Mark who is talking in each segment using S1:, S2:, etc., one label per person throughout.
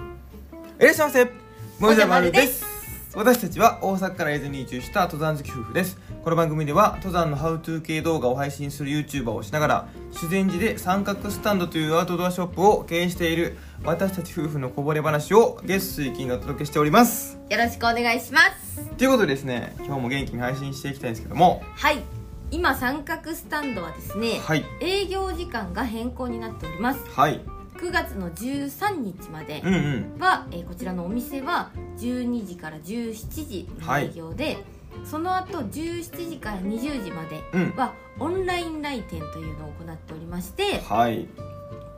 S1: らっしゃいませもじゃまるで
S2: もじゃ
S1: す私たちは大阪から伊豆に移住した登山好き夫婦ですこの番組では登山のハウトゥー系動画を配信する YouTuber をしながら修善寺で三角スタンドというアウトドアショップを経営している私たち夫婦のこぼれ話を月水金がお届けしております
S2: よろしくお願いします
S1: ということでですね今日も元気に配信していきたいんですけども
S2: はい今三角スタンドはですね、
S1: はい
S2: 営業時間が変更になっております
S1: はい
S2: 9月の13日まで
S1: うんうん
S2: は、えーこちらのお店は12時から17時の営業で、その後17時から20時まで
S1: うん
S2: はオンライン来店というのを行っておりまして
S1: はい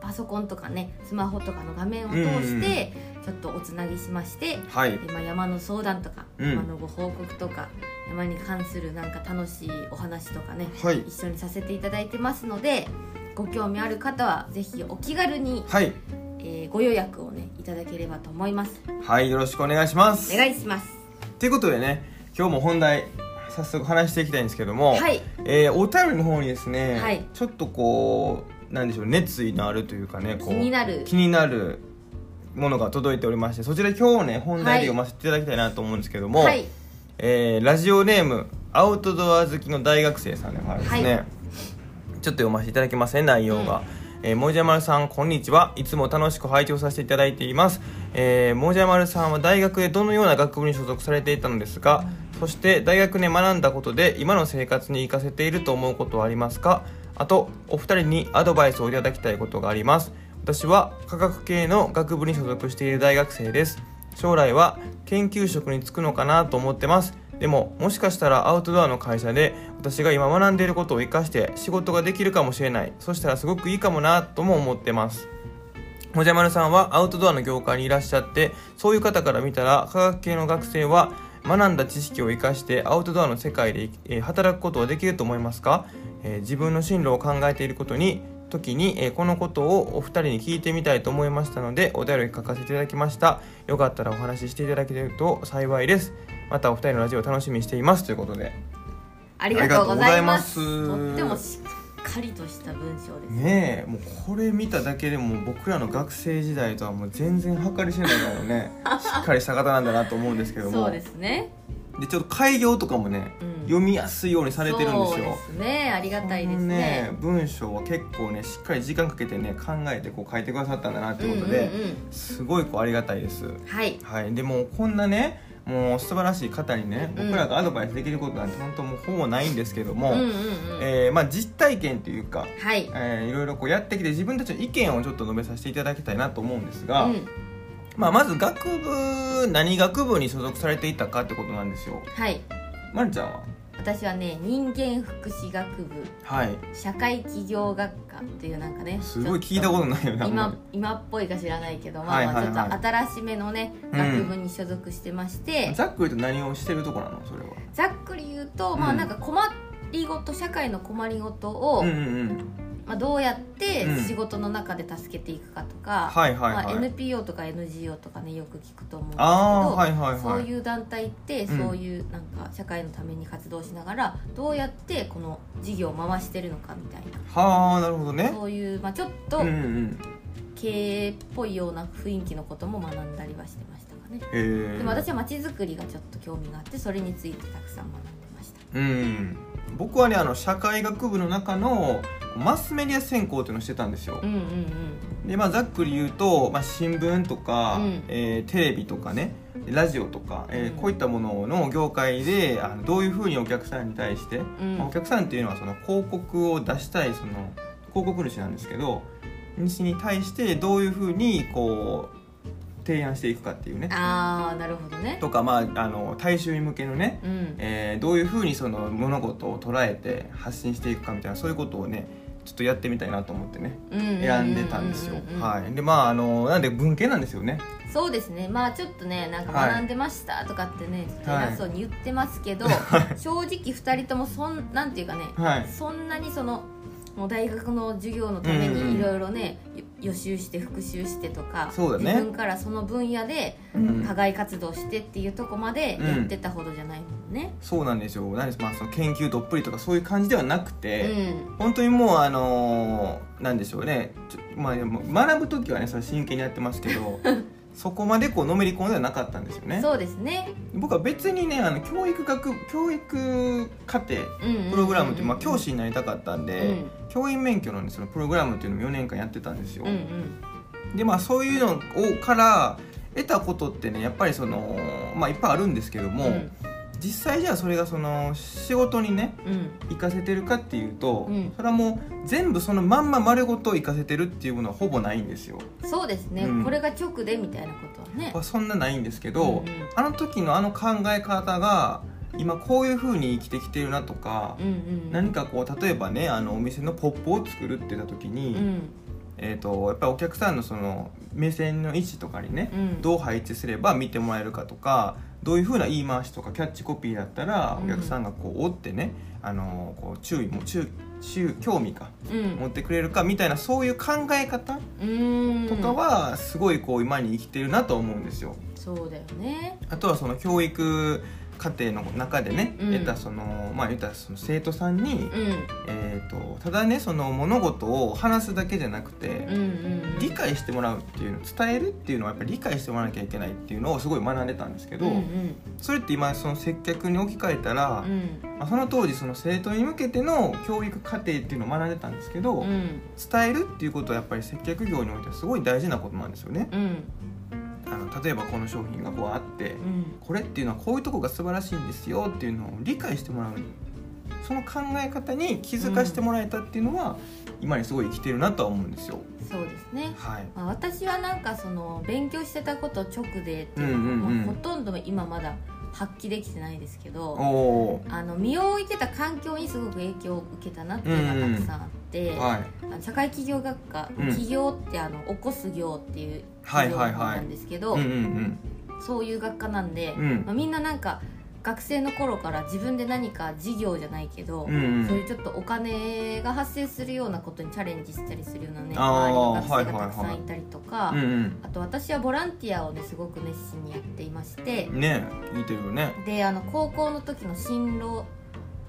S2: パソコンとかねスマホとかの画面を通してちょっとおつなぎしまして
S1: はい
S2: でまあ、山の相談とか、
S1: うん
S2: 山のご報告とか山に関するなんか楽しいお話とかね
S1: はい
S2: 一緒にさせていただいてますのでご興味ある方はぜひお気軽に、
S1: はい
S2: えーご予約をねいただければと思います
S1: はいよろしくお願いします
S2: お願いします
S1: ということでね今日も本題早速話していきたいんですけども、
S2: はい
S1: えーお便りの方にですね、
S2: はい
S1: ちょっとこうなんでしょう熱意のあるというかねこう
S2: 気になる
S1: 気になるものが届いておりましてそちら今日ね本題で読ませていただきたいなと思うんですけども、
S2: はい
S1: えーラジオネームアウトドア好きの大学生さんからですね、
S2: はい
S1: ちょっと読ませていただきますね内容が。えー、もじゃまるさんこんにちはいつも楽しく拝聴させていただいています、えー、もじゃまるさんは大学でどのような学部に所属されていたのですかそして大学で学んだことで今の生活に活かせていると思うことはありますかあとお二人にアドバイスをいただきたいことがあります私は科学系の学部に所属している大学生です将来は研究職に就くのかなと思ってますでももしかしたらアウトドアの会社で私が今学んでいることを生かして仕事ができるかもしれないそしたらすごくいいかもなとも思ってますもじゃまるさんはアウトドアの業界にいらっしゃってそういう方から見たら科学系の学生は学んだ知識を生かしてアウトドアの世界で、えー働くことはできると思いますか、えー自分の進路を考えていることに時に、えーこのことをお二人に聞いてみたいと思いましたのでお便り書かせていただきましたよかったらお話ししていただけると幸いですまたお二人のラジオを楽しみにしていますということで
S2: ありがとうございます
S1: ありがとうございます
S2: とってもしっかりとした文章です
S1: ねえもうこれ見ただけでも僕らの学生時代とはもう全然計り知れないからねしっかりした方なんだなと思うんですけども
S2: そうですね
S1: でちょっと開業とかもね、
S2: うん
S1: 読みやすいようにされてるんですよ
S2: そうですねありがたいですね
S1: この文章は結構ねしっかり時間かけてね考えてこう書いてくださったんだなってことで、
S2: うんうんうん
S1: すごいこうありがたいです
S2: はい
S1: はいでもこんなねもう素晴らしい方にね
S2: うん
S1: 僕らがアドバイスできることなんて本当もうほぼないんですけど
S2: う
S1: も、
S2: んうんうん
S1: えーまあ実体験というか
S2: はい
S1: えーいろいろこうやってきて自分たちの意見をちょっと述べさせていただきたいなと思うんですが、
S2: うん
S1: まあ、まず学部何学部に所属されていたかってことなんですよ。
S2: はい
S1: ま、るちゃんは
S2: 私はね人間福祉学部
S1: はい
S2: 社会企業学科というなんかね
S1: すごい聞いたことないよな
S2: ちょっと
S1: あんま
S2: 今
S1: り
S2: 今っぽいか知らないけど、まあ
S1: はいはいはい
S2: まあちょっと新しめのね
S1: うん
S2: 学部に所属してまして、
S1: ざっくりと何をしてるとこなのそれは。
S2: ざっくり言うと、ま
S1: う
S2: あ
S1: ん
S2: なんか困りごと社会の困りごとを、
S1: うんうんうん、
S2: まあ、どうやって
S1: うん
S2: 仕事の中で助けていくかとか、
S1: はいはいはい。
S2: まあ、NPO とか NGO とかねよく聞くと思うんですけど、
S1: あーはいはいはい。
S2: そういう団体って
S1: うん
S2: そういうなんか社会のために活動しながらどうやってこの事業を回してるのかみたいな
S1: はあなるほどね。
S2: そういう、まあ、ちょっと
S1: うんうんうん。
S2: 経営っぽいような雰囲気のことも学んだりはしてましたかね
S1: えー、
S2: でも私はまちづくりがちょっと興味があってそれについてたくさん学んでました
S1: うん僕はねあの社会学部の中のマスメディア専攻っていうのをしてたんですよ。
S2: うんうん
S1: でまあ、ざっくり言うと、まあ、新聞とか、
S2: うん
S1: えーテレビとかねラジオとか、えー
S2: うん
S1: こういったものの業界であのどういうふうにお客さんに対して、
S2: うんうん
S1: まあお客さんっていうのはその広告を出したいその広告主なんですけど主に対してどういうふうにこう提案していくかっていうね
S2: ああなるほどね
S1: とか、まあ、あの大衆向けのね、
S2: うん
S1: えーどういうふうにその物事を捉えて発信していくかみたいなそういうことをねちょっとやってみたいなと思ってね。選んでたんですよ
S2: ううう。
S1: はい、でまああのなんで文系なんですよね。
S2: そうですねまあちょっとねなんか
S1: はい
S2: 学んでましたとかってね、ちょっと偉そうに言ってますけど、正直2人ともそんなんていうかね、
S1: はい。
S2: そんなにそのもう大学の授業のため
S1: うんうん
S2: にいろいろね、よ予習して復習してとか
S1: そうだね
S2: 自分からその分野で
S1: うん
S2: 課、外活動してっていうとこまでやってたほどじゃないもんね。
S1: そうなんですよ。なんですまあその研究どっぷりとかそういう感じではなく
S2: うん、
S1: て、本当にもうあ のーなんでしょうね。ちょまあでも学ぶ時はねそれ真剣にやってますけど。そこまでこうのめり込んではなかったんですよね
S2: そうですね
S1: 僕は別にねあの教育学教育課程プログラムって、まあ、教師になりたかったんで、
S2: うん
S1: 教員免許の、ね、そのプログラムっていうのを4年間やってたんですよ、
S2: うんうん
S1: でまあそういうのをから得たことってねやっぱりそのまあいっぱいあるんですけども、
S2: うん
S1: 実際じゃあそれがその仕事にね
S2: うん
S1: 活かせてるかっていうと、
S2: うん
S1: それはもう全部そのまんま丸ごと活かせてるっていうものはほぼないんですよ、
S2: そうですね、
S1: うん
S2: これが直でみたいなことはね
S1: まあ、そんなないんですけ
S2: うんう
S1: ど、
S2: ん
S1: あの時のあの考え方が今こういうふうに生きてきてるなとか、
S2: うんうん
S1: 何かこう例えばねあのお店のポップを作るって言った時に、
S2: うん
S1: えー、とやっぱりお客さんのその目線の位置とかにね、
S2: うん
S1: どう配置すれば見てもらえるかとかどういうふうな言い回しとかキャッチコピーだったら
S2: うん
S1: お客さんがこう追ってね、あのこう注意も注注興味か
S2: うん
S1: 持ってくれるかみたいなそういう考え方
S2: うん
S1: とかはすごいこう今に生きてるなと思うんですよ。
S2: そうだよね
S1: あとはその教育課程の中でね、
S2: うん
S1: 得たそのまあ言ったらその生徒さんに、
S2: うん
S1: えー、とただねその物事を話すだけじゃなくて、
S2: うんうん
S1: 理解してもらうっていうの伝えるっていうのはやっぱり理解してもらわなきゃいけないっていうのをすごい学んでたんですけど、
S2: うんうん
S1: それって今その接客に置き換えたら、
S2: うん
S1: まあ、その当時その生徒に向けての教育課程っていうのを学んでたんですけど、
S2: うん
S1: 伝えるっていうことはやっぱり接客業においてはすごい大事なことなんですよね。
S2: うん
S1: あの例えばこの商品がこうあって、
S2: うん
S1: これっていうのはこういうとこが素晴らしいんですよっていうのを理解してもらうその考え方に気づかしてもらえたっていうのは、今にすごい生きてるなとは思うんですよ。
S2: そうですね
S1: はい、
S2: まあ私はなんかその勉強してたことを直でって
S1: うん
S2: いう
S1: うんうん
S2: まあほとんど今まだ発揮できてないですけど
S1: おー
S2: あの身を置いてた環境にすごく影響を受けたなっていうのがたくさんあって、
S1: はい
S2: あの社会企業学科、
S1: うん
S2: 起業ってあの起こす業っていう
S1: はい
S2: 企業
S1: はいはい
S2: なんですけど、
S1: うんうん
S2: そういう学科なんで、
S1: うん
S2: まあ、みんななんか学生の頃から自分で何か事業じゃないけど、
S1: うんうん
S2: そういうちょっとお金が発生するようなことにチャレンジしたりするようなね
S1: あー
S2: 周りの学生
S1: はいはい
S2: がたくさんいたりとか、
S1: うんうん
S2: あと私はボランティアをねすごく熱心にやっていまして
S1: うんね聞いてるよね
S2: であの高校の時の進路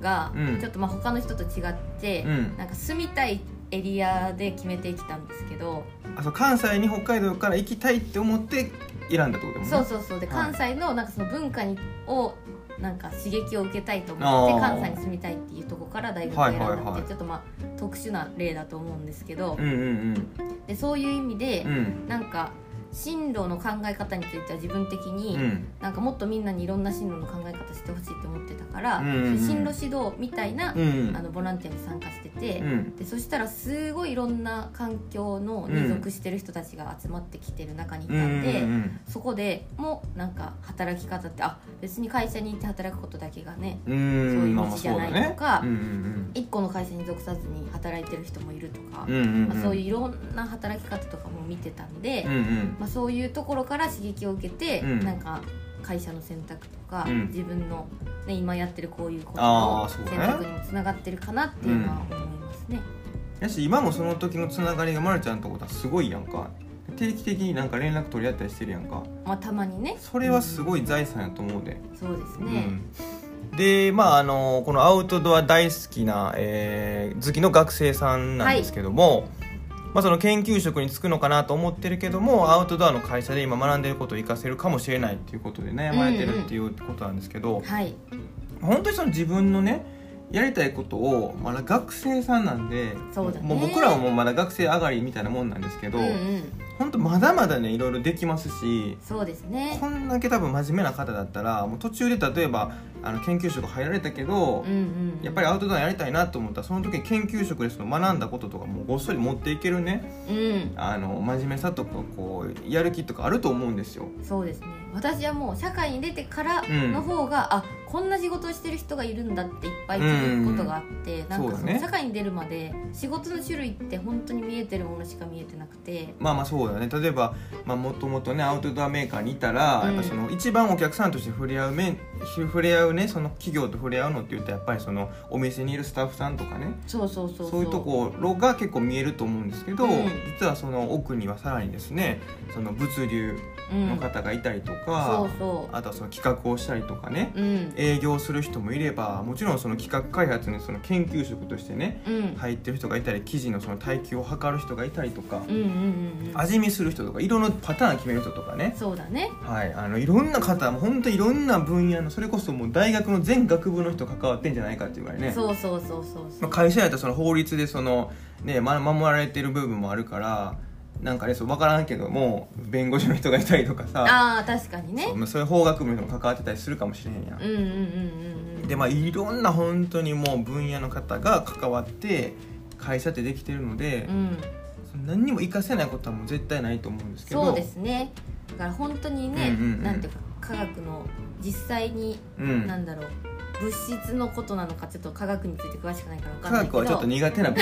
S2: が
S1: うん
S2: ちょっとまあ他の人と違って、
S1: うん
S2: なんか住みたいエリアで決めてきたんですけど、
S1: あそう関西に北海道から行きたいって思って選んだってことだもんね
S2: そうそうそうで
S1: はい
S2: 関西のなんかその文化にをなんか刺激を受けたいと思って
S1: あー
S2: 関西に住みたいっていうところから大学を選んだ
S1: はいはい
S2: っ
S1: はい
S2: てちょっとまあ特殊な例だと思うんですけど、
S1: うんうん
S2: でそういう意味で
S1: うんう、ん
S2: なんか進路の考え方については自分的に、
S1: うん
S2: なんかもっとみんなにいろんな進路の考え方してほしいと思ってたから、
S1: うんうんうん
S2: 進路指導みたいな、
S1: うん
S2: あのボランティアに参加してて、
S1: うん
S2: でそしたらすごいいろんな環境のに属してる人たちが集まってきてる中にいた
S1: うんうん
S2: んで、
S1: うん
S2: そこでもなんか働き方ってあ別に会社に行って働くことだけがね
S1: う
S2: そうんいう
S1: まあまあ
S2: 道じゃないとか
S1: そうだねうん
S2: 一個の会社に属さずに働いてる人もいるとか、
S1: うんうんうんうん
S2: まあ、そういういろんな働き方とかも見てたんで、
S1: うんうん
S2: まあ、そういうところから刺激を受けて、
S1: うん
S2: なんか会社の選択とか、
S1: うん
S2: 自分の、ね、今やってるこういうこと
S1: あー
S2: の
S1: そう
S2: 選
S1: ね
S2: 択にもつながってるかなっていうのは思いますね。
S1: やし今もその時のつながりがまるちゃんとことはすごいやんか定期的になんか連絡取り合ったりしてるやんか
S2: まあ、たまにね
S1: それはすごい財産やと思うで
S2: そうですね、
S1: うんでまああのこのアウトドア大好きな、えー好きの学生さんなんですけども、まあ、その研究職に就くのかなと思ってるけどもアウトドアの会社で今学んでることを活かせるかもしれないっていうことで悩まれてるっていうことなんですけど、
S2: はい
S1: 本当にその自分のねやりたいことをまだ学生さんなんで
S2: そうだね
S1: もう僕らもまだ学生上がりみたいなもんなんですけど、
S2: うんうん、
S1: 本当まだまだねいろいろできますし
S2: そうですね
S1: こんだけ多分真面目な方だったらもう途中で例えばあの研究職入られたけど、
S2: うんうん、
S1: やっぱりアウトドアやりたいなと思ったらその時に研究職でその学んだこととかもごっそり持っていけるね
S2: うん、
S1: あの真面目さとかこうやる気とかあると思うんですよ。
S2: そうですね私はもう社会に出てからの方が、あこんな仕事をしてる人がいるんだっていっぱい気づくことがあって、なんか
S1: そ
S2: そう
S1: だ
S2: の
S1: ね
S2: 社会に出るまで仕事の種類って本当に見えてるものしか見えてなくて
S1: まあまあそうだね例えば、まあ、もともとねアウトドアメーカーにいたら、
S2: うん
S1: やっぱその一番お客さんとして触れ合う面触れ合うねその企業と触れ合うのって言うとやっぱりそのお店にいるスタッフさんとかね
S2: そうそうそう
S1: そういうところが結構見えると思うんですけど、
S2: うん
S1: 実はその奥にはさらにですねその物流
S2: うん
S1: の方がいたりと
S2: そ
S1: か
S2: う、そ
S1: あとはその企画をしたりとかね、
S2: ううん
S1: 営業する人もいればもちろんその企画開発にその研究職としてね
S2: うんうん
S1: 入ってる人がいたり生地のその耐久を測る人がいたりとか、
S2: うんうんうん
S1: 味見する人とか色のパターン決める人とかね、
S2: そうだね
S1: はい、あのいろんな方も本当いろんな分野のそれこそもう大学の全学部の人関わってんじゃないかっていうぐらいね
S2: そうそうそうそうそ
S1: まあ
S2: う
S1: 会社やったらその法律でその、ね、ま守られてる部分もあるからなんかねそう分からんけども弁護士の人がいたりとかさ
S2: ああ確かにね
S1: そうまあそういう法学部の人も関わってたりするかもしれへんやん
S2: うんうんうんうんうん
S1: でまあいろんな本当にもう分野の方が関わって会社ってできてるので
S2: う、ん
S1: その何にも活かせないことはもう絶対ないと思うんですけど
S2: そうですねだから本当にね、
S1: うんうんうん
S2: なんていうか科学の実際に、
S1: うん
S2: なんだろう物質のことなのかちょっと科学について詳しくないから分か
S1: 科
S2: んない
S1: 学
S2: けど
S1: はちょっと苦手な部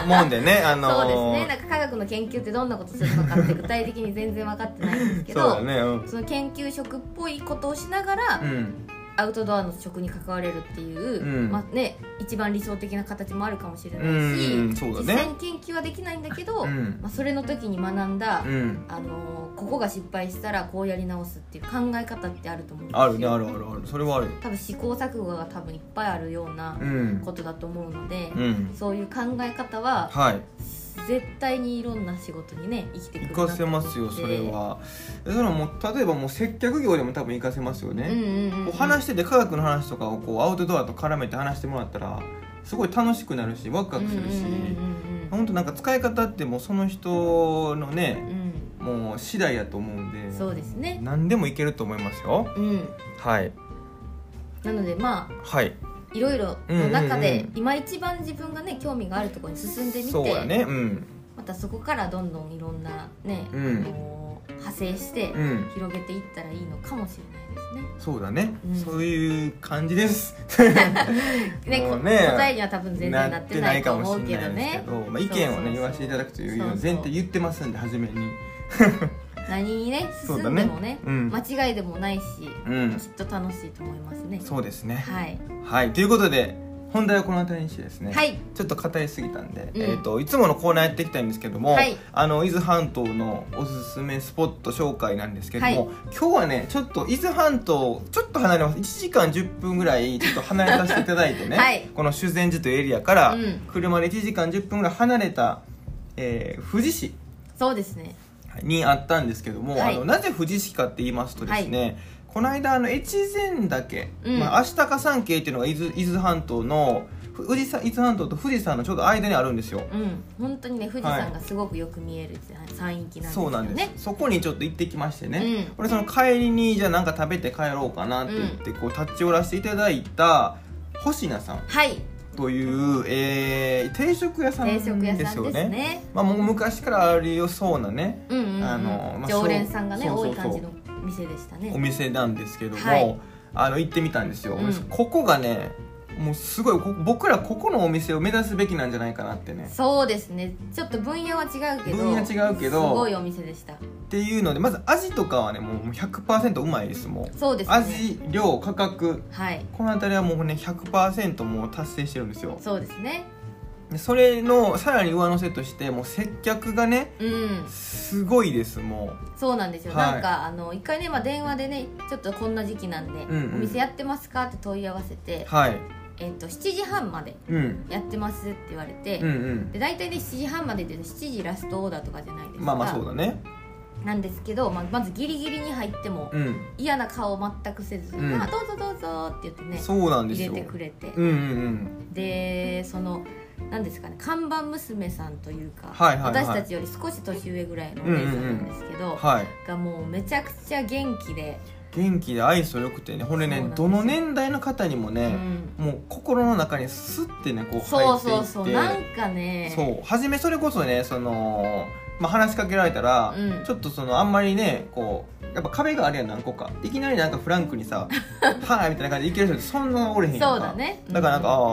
S1: 分もんでねあのー
S2: そうですねなんか科学の研究ってどんなことするのかって具体的に全然分かってないんですけど
S1: そうだねうん
S2: その研究職っぽいことをしながら、
S1: うん
S2: アウトドアの食に関われるっていう、
S1: うん
S2: まあね、一番理想的な形もあるかもしれないし、
S1: うんそうだね
S2: 実際に研究はできないんだけど、
S1: うん
S2: まあ、それの時に学んだ、
S1: うん
S2: あのーここが失敗したらこうやり直すっていう考え方ってあると思うんですよ
S1: あるねあるあるあるそれはある
S2: 多分試行錯誤が多分いっぱいあるような
S1: うん
S2: ことだと思うので、
S1: うん
S2: そういう考え方は
S1: はい
S2: 絶対にいろんな仕事にね生きてくるなと
S1: 活かせますよそれはだからもう例えばもう接客業でも多分活かせますよ
S2: うんう
S1: ね、
S2: んうんうん
S1: こう話してて科学の話とかをこうアウトドアと絡めて話してもらったらすごい楽しくなるしワクワクするし、
S2: うんうんうん
S1: 本当なんか使い方ってもうその人の
S2: う
S1: ね
S2: ん
S1: もう次第やと思うん
S2: う
S1: で
S2: んそうですね
S1: 何でもいけると思いますよ
S2: うん
S1: はい
S2: なのでま
S1: はい
S2: あいろいろの中
S1: うん
S2: で
S1: うんう
S2: 今一番自分がね興味があるところに進んでみ
S1: そうや
S2: て、
S1: ねうん
S2: またそこからどんどんいろんなね、
S1: う
S2: あ
S1: ん
S2: のー派生して
S1: うん
S2: 広げていったらいいのかもしれないですね。
S1: そうだね、
S2: うん
S1: そういう感じです
S2: ね
S1: も
S2: こ
S1: うね
S2: 答えには多分全然なってないと思うけど
S1: なってない
S2: ね
S1: かもしれないですけどまあ、意見をね
S2: そうそうそう
S1: 言わせていただくというのを前提言ってますんで初めに
S2: 何にね
S1: そ
S2: 進
S1: うだ
S2: ん
S1: ね
S2: でもね
S1: うん
S2: 間違いでもないし
S1: うん
S2: きっと楽しいと思いますね。
S1: そうですね
S2: はい、
S1: はいということで本題はこの辺りにしてですね、
S2: はい
S1: ちょっと語りすぎたんで、
S2: うん
S1: えー、といつものコーナーやっていきたいんですけども、
S2: はい
S1: あの伊豆半島のおすすめスポット紹介なんですけども、今日はねちょっと伊豆半島ちょっと離れます1時間10分ぐらいちょっと離れさせていただいてね、
S2: はい
S1: この修善寺というエリアから
S2: うん
S1: 車で1時間10分ぐらい離れた、えー富士市
S2: そうですね。
S1: にあったんですけども、
S2: はい
S1: あのなぜ富士市かって言いますとですね、この間あの越前岳、
S2: うん
S1: まあ、足高山系っていうのが伊豆伊豆半島のふ富士山伊豆半島と富士山のちょうど間にあるんですよ。
S2: うん、本当にね富士山がすごくよく見える山域なんです
S1: そう
S2: よ
S1: なんです、
S2: ね。
S1: そこにちょっと行ってきましてね、
S2: うん
S1: 俺その帰りにじゃあなんか食べて帰ろうかなって言って、こう立ち寄らせていただいた星名さん
S2: はい、
S1: という、えー定食屋さん
S2: 定
S1: ですよ
S2: 食
S1: ね
S2: 屋さんですね。
S1: まあ、もう昔からありそうなね
S2: うんうんうん
S1: あのまあ
S2: 常連さんがね
S1: そう
S2: 多
S1: そう
S2: い
S1: そう
S2: 感じの店でした
S1: お
S2: ね。
S1: 店なんですけども、
S2: はい
S1: あの行ってみたんですよ、
S2: うん
S1: ここがねもうすごいこ僕らここのお店を目指すべきなんじゃないかなってね
S2: そうですね。ちょっと分野は違うけど、
S1: 分野違うけど
S2: すごいお店でした。
S1: っていうのでまず味とかはねもうもう100%うまいですもう
S2: そうですね。
S1: 味量価格
S2: はい、
S1: この辺りはもうね100%もう達成してるんですよ
S2: そうですね。
S1: でそれのさらに上乗せとしてもう接客がね
S2: うん、
S1: すごいですも
S2: そうなんですよ。
S1: はい
S2: なんかあの一回ねまあ電話でねちょっとこんな時期なんで、
S1: うんうん
S2: お店やってますかって問い合わせて
S1: う、はい、
S2: えっ、と7時半まで
S1: うん、
S2: やってますって言われて。
S1: うんうん
S2: で大体ね7時半までで7時ラストオーダーとかじゃないですか
S1: まあまあそうだね
S2: なんですけど、まあ、まずギリギリに入っても
S1: うん
S2: 嫌な顔全くせず「
S1: うん
S2: あどうぞどうぞ」って言ってね
S1: そうなんです
S2: 入れ
S1: よ
S2: てくれて、
S1: うんうんうん
S2: でその何ですかね看板娘さんというか、
S1: はいはいはい
S2: 私たちより少し年上ぐらいのお姉さんなんですけど、
S1: はい
S2: がもうめちゃくちゃ元気で、
S1: 元気で愛想よくてねほんで
S2: そうなん
S1: ね
S2: です
S1: どの年代の方にも
S2: う
S1: ね、
S2: ん、
S1: もう心の中にスッてねこう
S2: そ
S1: 入
S2: う
S1: っていって
S2: そうそうなんかね
S1: そう初めそれこそねその、まあ、話しかけられたら、
S2: うん
S1: ちょっとそのあんまりねこうやっぱ壁があるやん何個かいきなりなんかフランクに さ「はい」みたいな感じでいける人ってそんなおれへんやんか
S2: そうだね
S1: だからなんか「あ
S2: うん
S1: あ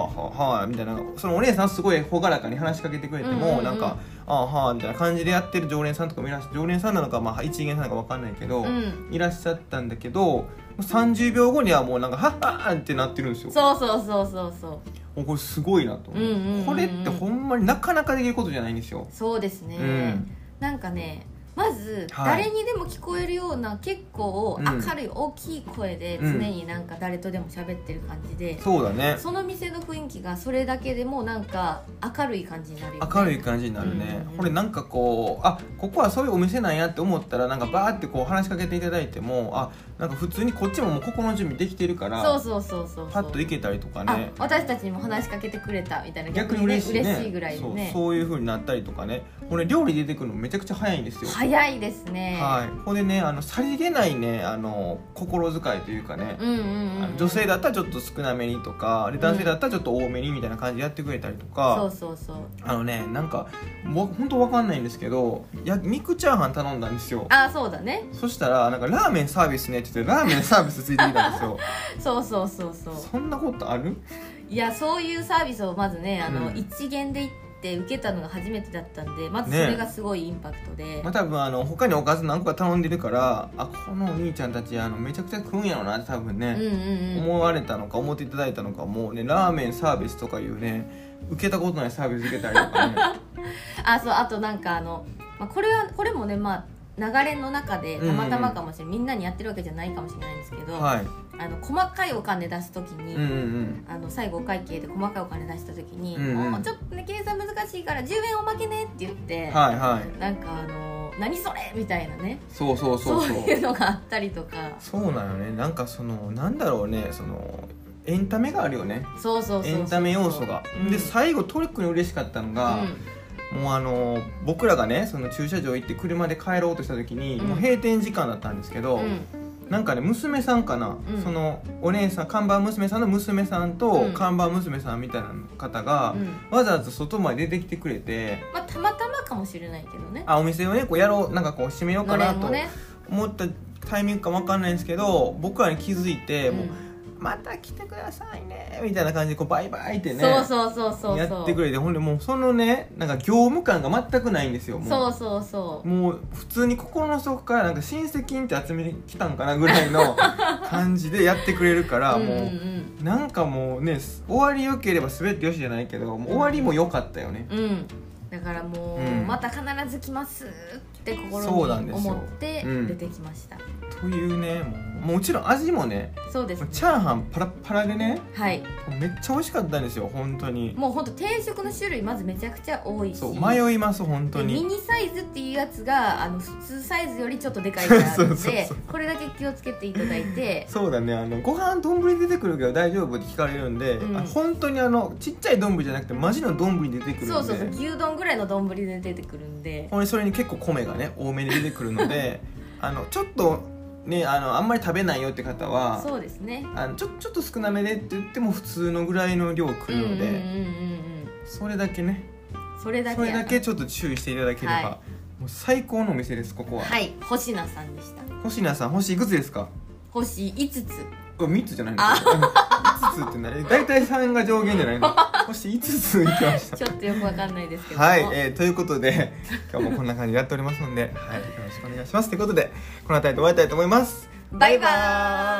S1: ははい」みたいなそのお姉さんすごい朗らかに話しかけてくれても、
S2: うんうんうん
S1: なんか「ああはい」みたいな感じでやってる常連さんとかもいらっしゃ常連さんなのか、まあ、一元さんなのか分かんないけど、
S2: うん
S1: いらっしゃったんだけどもう30秒後にはもうなんか「はっはっ」ってなってるんですよ
S2: そうそうそうそうそう
S1: もうこれすごいなと思う,、
S2: うんうんうんうん
S1: これってほんまになかなかできることじゃないんですよ
S2: そうですね、
S1: うん
S2: なんかねまず、
S1: はい
S2: 誰にでも聞こえるような結構
S1: うん
S2: 明るい大きい声で常になんか誰とでも喋ってる感じで、
S1: そうだね
S2: その店の雰囲気がそれだけでもなんか明るい感じになるよ、ね、
S1: 明るい感じになるね、
S2: うん
S1: これなんかこうあここはそういうお店なんやって思ったらなんかバーってこう話しかけていただいてもあなんか普通にこっちももう心の準備できてるから
S2: そうそうそうそう
S1: パッと行けたりとか
S2: あ
S1: ね
S2: 私たちにも話しかけてくれたみたいな
S1: 逆に嬉しいね
S2: 嬉しいぐらいでね
S1: そうそういう風になったりとかねこれ料理出てくるのめちゃくちゃ早いんですよ
S2: 早いですね、
S1: はいここでねあのさりげないねあの心遣いというかね、
S2: うんうんうん
S1: あ
S2: うん、
S1: の女性だったらちょっと少なめにとかで男性だったらちょっと多めにみたいな感じでやってくれたりと
S2: そ
S1: か、
S2: うそうそう
S1: あのねなんかもう本当わかんないんですけどや肉チャーハン頼んだんですよ
S2: あそうだね
S1: そしたらなんかラーメンサービスねって言ってラーメンサービスついてきたんですよ
S2: そうそうそう そう
S1: そんなことある
S2: いやそういうサービスをまずねあの、
S1: うん
S2: 一元で行って受けたのが初めてだったんでまずそ
S1: ね
S2: れがすごいインパクトで、
S1: まあ、多分あの他におかず何個か頼んでるからあこのお兄ちゃんたちあのめちゃくちゃ食うんやろなって多分
S2: うんうん
S1: ね、
S2: うん
S1: 思われたのか思っていただいたのかもうねラーメンサービスとかいうね受けたことないサービス受けたりとかね
S2: あそうあとなんかあの、まあ、これはこれもねまあ流れの中でたまたまかもしれない、みんなにやってるわけじゃないかもしれないんですけど、
S1: はい
S2: あの細かいお金出す時に、
S1: うんうん
S2: あの最後お会計で細かいお金出した時に「
S1: うんうん
S2: もうちょっとね計算難しいから10円おまけね」って言って、
S1: うんはいはい
S2: なんかあの「何それ!」みたいなね
S1: そうそうそうそう
S2: そういうのがあったりとか
S1: そうなのねなんかそのなんだろうねそのエンタメがあるよね
S2: そうそうそうそう
S1: エンタメ要素が、で最後トリックに嬉しかったの
S2: 後
S1: が、もうあの僕らがねその駐車場行って車で帰ろうとした時に、
S2: うん
S1: もう閉店時間だったんですけど、
S2: うんうん
S1: なんかね娘さんかな、
S2: うん
S1: そのお姉さん看板娘さんの娘さんと、
S2: うん
S1: 看板娘さんみたいな方が、
S2: うん
S1: わざわざ外まで出てきてくれて
S2: まあたまたまかもしれないけどね
S1: あお店をねこうやろうなんかこう閉めようか
S2: の
S1: な
S2: れんも
S1: と
S2: ね
S1: 思ったタイミングかわかんないんですけど僕らに気づいて、もう
S2: うん
S1: また来てくださいねみたいな感じでこうバイバイってね
S2: そうそうそうそうそう
S1: やってくれてほんでもうそのねなんか業務感が全くないんですよもう
S2: そうそうそう
S1: もう普通に心の底からなんか親戚って集めてきたんかなぐらい の感じでやってくれるから
S2: うんうん
S1: もうなんかもうね終わり良ければ滑ってよしじゃないけどもう終わりも良かったよね
S2: うんうんだからもう、
S1: うん
S2: また必ず来ますって心
S1: そうなん
S2: に
S1: ですよ
S2: 思って
S1: うん
S2: 出てきました、
S1: というねもうもちろん味もね
S2: そうです
S1: チャーハンパラッパラでね
S2: はい
S1: めっちゃ美味しかったんですよ本当に
S2: もうほんと定食の種類まずめちゃくちゃ多いし
S1: そう迷います本当
S2: でミ
S1: に
S2: ニサイズっていうやつがあの普通サイズよりちょっとでかいからある
S1: そ
S2: の
S1: うそう
S2: で
S1: そう
S2: これだけ気をつけていただいて
S1: そうだねあのご飯丼出てくるけど大丈夫って聞かれるんで、
S2: うん
S1: あ本当にあのちっちゃい丼じゃなくてマジの丼に出てくるんで
S2: そうそうそう牛丼ぐらいの丼で出てくるんで
S1: ほんでそれに結構米がね多めに出てくるの であのちょっとねあのあんまり食べないよって方は
S2: そうですね
S1: あのちょちょっと少なめでって言っても普通のぐらいの量く
S2: うんうん
S1: る
S2: うんう
S1: の
S2: ん
S1: で、それだけね
S2: うんそれだけ
S1: それだけちょっと注意していただければ、
S2: はい
S1: もう最高のお店ですここは、
S2: はい星名さんでした
S1: 星名さん星いくつですか
S2: 星5つ
S1: うわ3つじゃ ないの5つってない大体3が上限じゃないの星5ついきました
S2: ちょっとよくわかんないですけども
S1: はい、えーということで 今日もこんな感じでやっておりますので、はい、よろしくお願いしますということでこの辺りで終わりたいと思います
S2: バイバーイ